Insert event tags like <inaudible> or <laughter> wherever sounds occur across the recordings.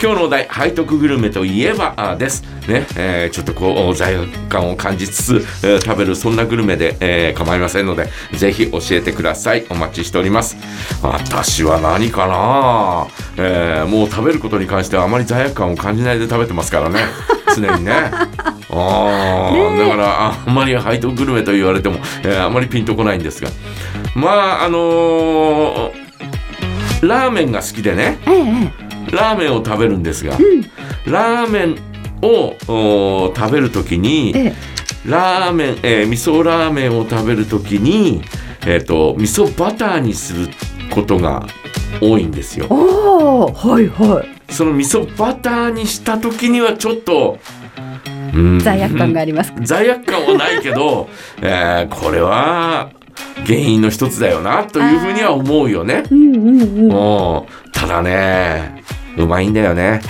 今日のお題背徳グルメといえばあですね、えーちょっとこう罪悪感を感じつつ、えー食べるそんなグルメで、えー構いませんのでぜひ教えてくださいお待ちしております私は何かな、えーもう食べることに関してはあまり罪悪感を感じないで食べてますからね常にねあーだからあんまり背徳グルメと言われても、えーあんまりピンとこないんですがまああのーラーメンが好きでねええラーメンを食べるんですが、ラーメンをおー食べるときにええラーメン、えー味噌ラーメンを食べるときに、えー、と味噌バターにすることが多いんですよ。おおはいはいその味噌バターにしたときにはちょっと、うん罪悪感があります罪悪感はないけ <laughs> ど、えーこれは原因の一つだよなというふうには思うよね。うんうんうんもうただねうまいんだよ <laughs> ね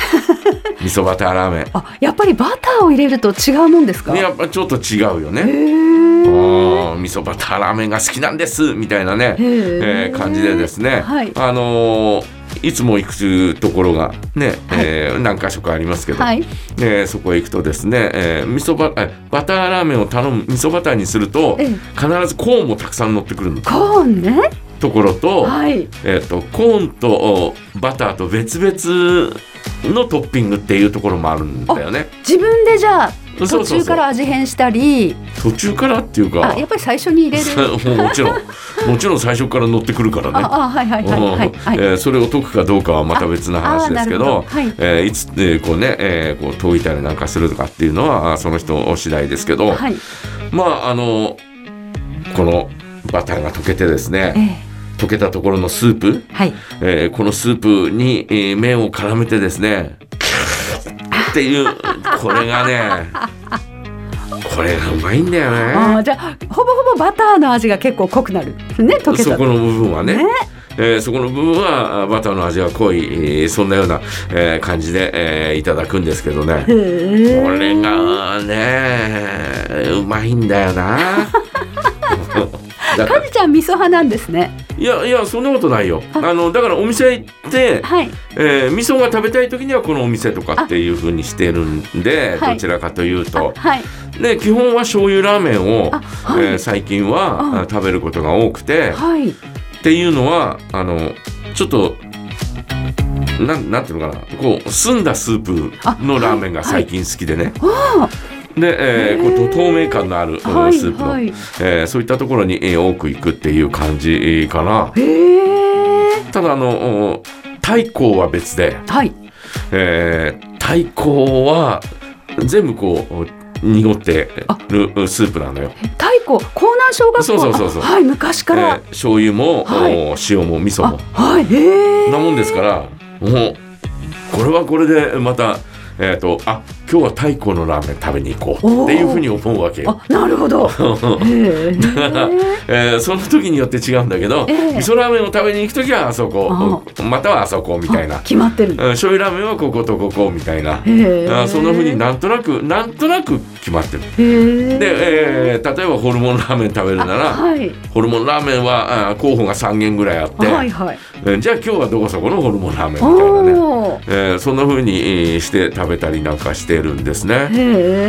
味噌バターラーメンあやっぱりバターを入れると違うもんですかねへやっぱちょっと違うよねえうん味噌バターラーメンが好きなんですみたいなね、へーえー感じでですね、はいあのーいつも行くところがね、えー何箇所かありますけど、はいえーそこへ行くとですね、えー味噌バえバターラーメンを頼む味噌バターにするとええ必ずコーンもたくさん乗ってくるコーンねところと、はいえー、とコーンとおバターと別々のトッピングっていうところもあるんだよね自分でじゃあそうそう途そう中から味変したり途中からっていうかあやっぱり最初に入れる <laughs> もうもちろんもちろん最初から乗ってくるからねああはいはいはいはいはい、うんえーそれを解くかどうかはまた別な話ですけああなどるほどはいえーいつ、えーこうね、えーこう解いたりなんかするとかっていうのはあーその人次第ですけど、はいまああのこのバターが溶けてですえねえ溶けたところのスープ、はいえーこのスープに、えー麺を絡めてですねっていうこれがねこれがうまいんだよあねーじゃあほぼほぼバターの味が結構濃くなるね溶けそたこの部分はねねえーそこの部分はあバターの味が濃い、えーそんなような、えー感じで、えーいただくんですけどねこへーれがねうまいんだよ <laughs> なだかカらジちゃん味噌派なんですねいやいやそんなことないよあのだからお店行ってはいえー味噌が食べたい時にはこのお店とかっていう風にしてるんで、はいどちらかというあと、はいで基本は醤油ラーメンを、あはいえー最近は、うあ食べることが多くて、はいっていうのはあのちょっとなんなんていうのかなこう澄んだスープのラーメンが最近好きでね。で、えーこうへー透明感のある、はうんいスープの、はいえーそういったところに、えー多く行くっていう感じかな。へえただあのお太閤は別で。はいえー、太鼓は全部こう濁ってるスープなのよ。太鼓江南小学校そうそうそうそうあはい昔えからー、醤油も、はいお塩も味噌あもはいへえなもんですからもうこれはこれでまた、えー、とあ今日は太鼓のラーメン食べに行こうっていうふうに思うわけよ。あなる <laughs> ほどへえらえーその時によって違うんだけど、ええ味噌ラーメンを食べに行く時はあそこまたはあそこみたいな、うあん決まってるの醤油ラーメンはこことここみたいな、へえあそんなふうになんとなくなんとなく決まってる。へで、ええー例えばホルモンラーメン食べるなら、はいホルモンラーメンはあー候補が3軒ぐらいあって、はいはいえーじゃあ今日はどこそこのホルモンラーメンみたいなね、おおえーそんな風にえーして食べたりなんかしてるんですね。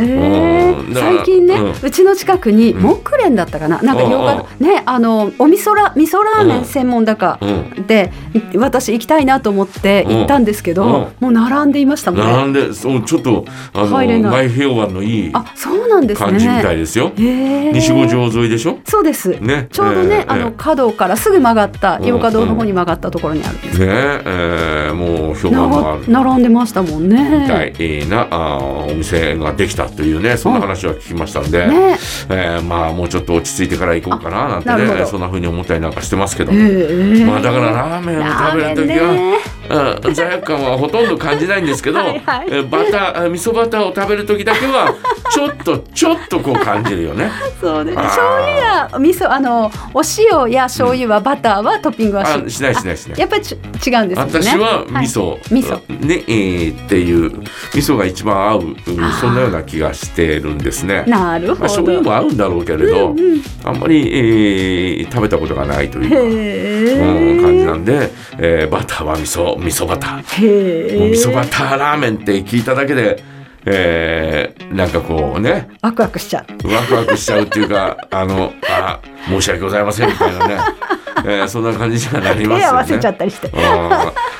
へうえんだから最近ね、ううんちの近くにうん木蓮だったかな、なんか洋画うねあのお味噌ラ味噌ラーメン専門だかうん、で私行きたいなと思って行ったんですけど、うんもう並んでいましたもんね。並んでそうちょっとあの入れない前評判のいいあそうなんですね。感じみたいですよ。へえ西五条沿いでしょそうです。ねちょうどね、えーあえのー角からすぐ曲がったうん洋華堂の方に曲がったところにあるんです。ねえーもう評な判のある並んでましたもんみたいね。なあーお店ができたというねそんな話は聞きましたんで、ねえーまあもうちょっと落ち着いてから行こうかななんてあなるほねどそんな風に思ったりなんかしてますけど、へえまあだからラーメンを食べる時ラーメンねは、うん、罪悪感はほとんど感じないんですけど <laughs> はいはいえーバターあ味噌バターを食べる時だけ <laughs> はちょっとちょっとこう感じるよね。そうね。あー醤油や味噌あのお塩や醤油はバターはトッピングはしあしないしないしない。やっぱりち違うんですよね。私は味噌、はい味噌。ねえーっていう味噌が一番合う、うんそんなような気がしてるんですね。なるほど。まあ、醤油も合うんだろうけれど、うんうんあんまり、えー食べたことがないというか。へえうん、感じなんで、えーバターは味噌と味噌バター。へえ。もう味噌バターラーメンって聞いただけで、えー、なんかこうねワクワクしちゃう。ワクワクしちゃうっていうか <laughs> あのあ申し訳ございませんみたいなね、えーそんな感じにはなり手ますよね。合わせちゃったりして。うん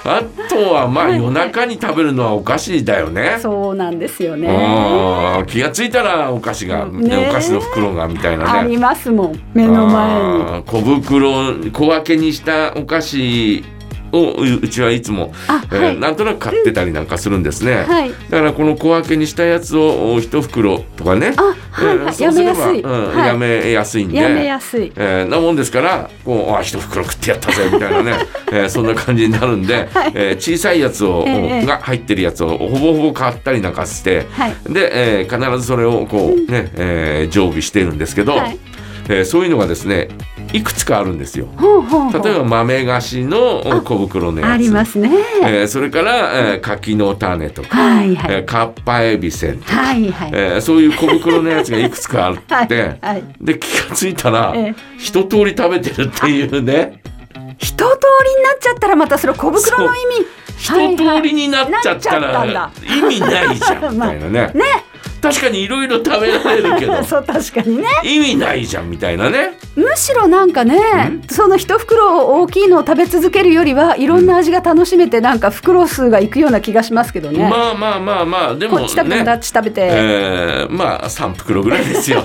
あとはまあ夜中に食べるのはお菓子だよね。そうなんですよね。うん気がついたらお菓子が、ねねお菓子の袋がみたいなね。ありますもん。目の前に。あー小袋小分けにしたお菓子をううちはいつも、あえはーいなんとなく買ってたりなんかするんですね、はいだからこの小分けにしたやつをお一袋とかねあ、はい、えーはい、そやうすめれやすばい。うんはいやめやすいんでやめやすい。えーなもんですからこうあ一袋食ってやったぜみたいな <laughs> ね、えーそんな感じになるんで、はいえー小さいやつを、ええが入ってるやつをほぼほぼ買ったりなんかして、はいで、えー必ずそれをこうね、えー常備してるんですけど、はいえーそういうのがですねいくつかあるんですよ。ほうほうほう。例えば豆菓子の小袋のやつありますね。えーそれから、えー柿の種とか、はいはえい。ーかっぱえびせんとか、はいはい。えーそういう小袋のやつがいくつかあって、 <laughs> はいはいで気がついたら、ええ一通り食べてるっていうね一通りになっちゃったらまたそれ小袋の意味。一通りになっちゃったはいはいならっ意味ないじゃんみ <laughs> まあたいなね。ね。確かにいろいろ食べられる <laughs> けどそう確かにね。意味ないじゃんみたいなね。むしろなんかね、その一袋大きいのを食べ続けるよりはいろんな味が楽しめてなんか袋数がいくような気がしますけどね。まあまあまあまあでもこっち食べてもあねっ、ち食べて。えーまあ3袋ぐらいです <laughs> よ。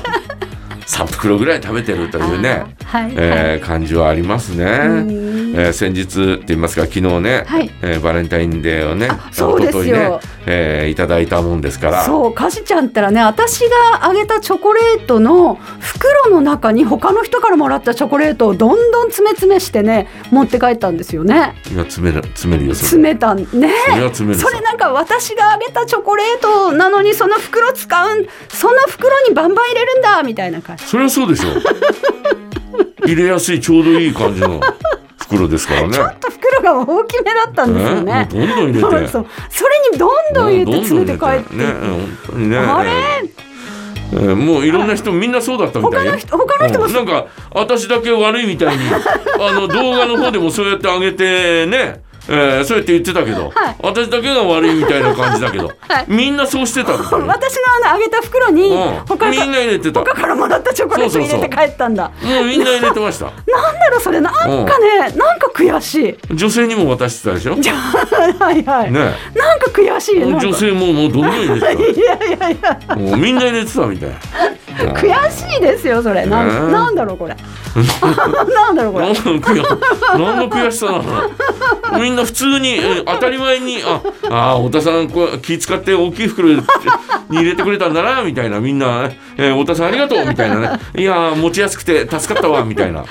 3袋ぐらい食べてるというね。あーはい、はいえー感じはありますね。えんー先日って言いますか昨日ね、はいえーバレンタインデーをねあそうですよ一昨日ね、えーいただいたもんですからそうかしちゃんったらね私があげたチョコレートの袋の中に他の人からもらったチョコレートをどんどん詰め詰めしてね持って帰ったんですよね今詰める詰めるよそ詰れめたんねそれは詰めるそれなんか私があげたチョコレートなのにその袋使うんその袋にバンバン入れるんだみたいな感じそれはそうでし <laughs> ょ入れやすいちょうどいい感じの袋ですからね <laughs> ちょっと袋が大きめだったんですよね、えーもうどんどん入れてそうそうそれにどんどん入れて詰めて帰って、ね本当にねあれえーもういろんな人みんなそうだったみたい他の人他の人もうんなんか私だけ悪いみ <laughs> たいにあの動画の方でもそうやって上げてねえーそうやって言ってたけど、はい私だけが悪いみたいな感じだけど、はいみんなそうしてたみた <laughs> いな、私のあのあげた袋にうん、他みんのな入れてたも他からもらったチョコレート入れて帰ったんだうみんな入れてましたなんだろうそれなんかねなんか悔しい女性にも渡してた <laughs> でしょねはいはい、なんか悔しいなんか女性ももうどんどん入れていやいやいやたもうみんな入れてたみた <laughs> いな悔しいですよそれなん,、ねえなんだろ <laughs> うこれなんだろうこ何れの悔何の悔しさなのみんな普通にえー当たり前にああー太田さんこう気使って大きい袋に入れてくれたんだなみたいなみんな、えー太田さんありがとうみたいなねいやー持ちやすくて助かったわみたいな、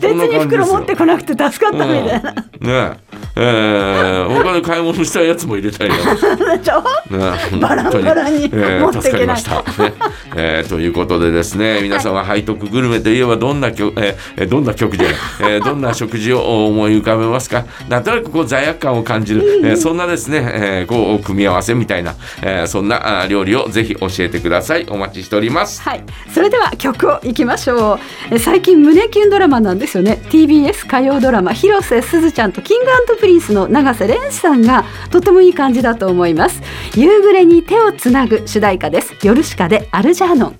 別そんな感じですよに袋持ってこなくて助かっうたん、みたねいな、えー他で買い物したやつも入れたりなんか <laughs> ちょね、バラバラに本当えー持ってい助かりけなましいた、ねえーということでです <laughs> ね皆さんは背徳グルメといえばどんな曲、えーえーどんな曲で、えーどんな食事を思い浮かべますかなんとなくこう罪悪感を感じる、えーそんなですね、えーこう組み合わせみたいな、えーそんなあー料理をぜひ教えてくださいお待ちしておりますはい、それでは曲をいきましょうえ最近胸キュンドラマなんですよね TBS 火曜ドラマ広瀬すずちゃんとキングプリンスの永瀬廉さんがとてもいい感じだと思います夕暮れに手をつなぐ主題歌です夜しかでアルジャーノン